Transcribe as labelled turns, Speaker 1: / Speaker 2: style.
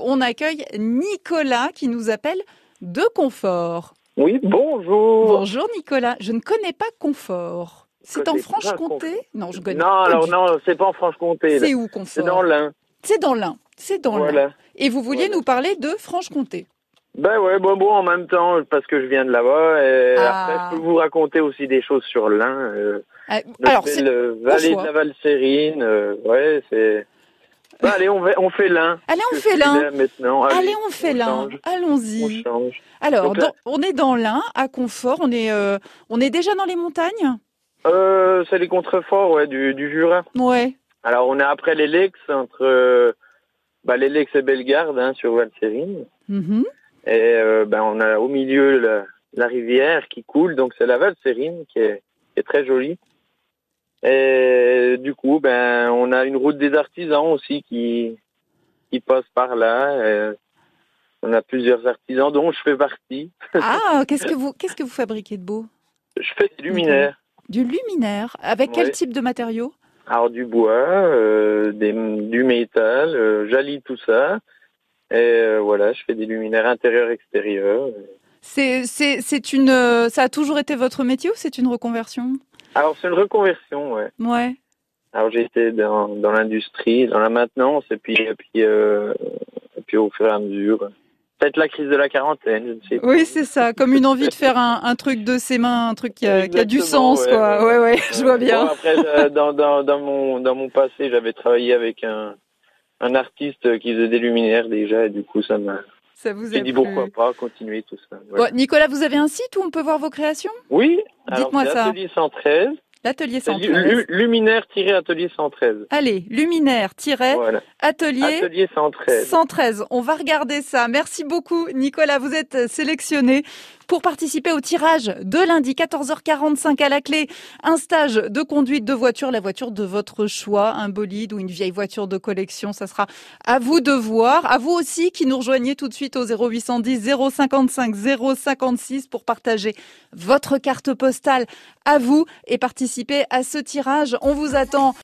Speaker 1: on accueille Nicolas qui nous appelle de Confort.
Speaker 2: Oui, bonjour.
Speaker 1: Bonjour Nicolas, je ne connais pas Confort. C'est en
Speaker 2: connais pas
Speaker 1: Franche-Comté Non, je connais
Speaker 2: non,
Speaker 1: pas
Speaker 2: alors
Speaker 1: du-
Speaker 2: non, c'est pas en Franche-Comté. là.
Speaker 1: C'est où
Speaker 2: C'est dans
Speaker 1: Confort
Speaker 2: l'Ain.
Speaker 1: C'est dans l'Ain. C'est dans l'Ain.
Speaker 2: Voilà.
Speaker 1: Et vous vouliez
Speaker 2: Voilà.
Speaker 1: nous parler de Franche-Comté.
Speaker 2: Ben ouais, bon, bon, en même temps, parce que je viens de là-bas. Et
Speaker 1: Ah.
Speaker 2: Après, je peux vous raconter aussi des choses sur l'Ain. euh,
Speaker 1: Euh,
Speaker 2: notre
Speaker 1: Alors, c'est-
Speaker 2: belle, euh, vallée
Speaker 1: choix.
Speaker 2: de la Valsérine. euh, ouais, c'est. Ben, allez, on, va- on fait l'Ain.
Speaker 1: allez, on
Speaker 2: Je
Speaker 1: fait
Speaker 2: suis
Speaker 1: l'un.
Speaker 2: là maintenant.
Speaker 1: Allez, on fait l'un.
Speaker 2: change, On
Speaker 1: Allons-y.
Speaker 2: change.
Speaker 1: Alors,
Speaker 2: Donc là-
Speaker 1: dans- on est dans l'Ain, à Confort. On est, euh, on est déjà dans les montagnes
Speaker 2: Euh, c'est les contreforts ouais, du, du Jura.
Speaker 1: Ouais.
Speaker 2: Alors, on est après les Lex, entre euh, bah, les Lex et Bellegarde, hein, sur Valserine.
Speaker 1: Mhm.
Speaker 2: Et euh, ben, on a au milieu la, la rivière qui coule, donc c'est la Valserine qui est, qui est très jolie. Et du coup, ben, on a une route des artisans aussi qui, qui passe par là. Et on a plusieurs artisans dont je fais partie.
Speaker 1: Ah, qu'est-ce que vous, qu'est-ce que vous fabriquez de beau
Speaker 2: Je fais des luminaires.
Speaker 1: Du luminaire. Avec quel
Speaker 2: Ouais.
Speaker 1: type de matériaux
Speaker 2: Alors du bois, euh, des- du métal, euh, j'allie tout ça. Et euh, voilà, je fais des luminaires intérieurs, extérieurs.
Speaker 1: C'est, c'est, c'est une, euh, ça a toujours été votre métier ou c'est une reconversion
Speaker 2: Alors c'est une reconversion, ouais.
Speaker 1: Ouais.
Speaker 2: Alors j'ai été dans, dans l'industrie, dans la maintenance, et puis et puis, euh, et puis au fur et à mesure. Peut-être la crise de la quarantaine, je ne sais pas.
Speaker 1: Oui, c'est ça. Comme une envie de faire un, un truc de ses mains, un truc qui a, qui a du
Speaker 2: Exactement,
Speaker 1: sens,
Speaker 2: ouais,
Speaker 1: quoi. Ouais,
Speaker 2: ouais.
Speaker 1: ouais, je vois
Speaker 2: Euh,
Speaker 1: bien.
Speaker 2: bon, après, euh, dans, dans, dans mon dans mon passé, j'avais travaillé avec un un artiste qui faisait des luminaires déjà, et du coup ça m'a.
Speaker 1: Ça vous a
Speaker 2: J'ai dit
Speaker 1: plu.
Speaker 2: pourquoi pas continuer tout ça. ouais.
Speaker 1: Bon, Nicolas, vous avez un site où on peut voir vos créations
Speaker 2: Oui, alors
Speaker 1: Dites-moi
Speaker 2: c'est
Speaker 1: ça.
Speaker 2: Atelier 113,
Speaker 1: L'atelier
Speaker 2: c'est
Speaker 1: 113.
Speaker 2: lu- lu- luminaire-atelier 113.
Speaker 1: Allez, luminaire-atelier
Speaker 2: Voilà. Atelier 113.
Speaker 1: 113. On va regarder ça. Merci beaucoup, Nicolas. Vous êtes sélectionné pour participer au tirage de lundi 14h45 à la clé. Un stage de conduite de voiture, la voiture de votre choix, un bolide ou une vieille voiture de collection. Ça sera à vous de voir. À vous aussi qui nous rejoignez tout de suite au 0810 055 056 pour partager votre carte postale à vous et participer à ce tirage. On vous attend.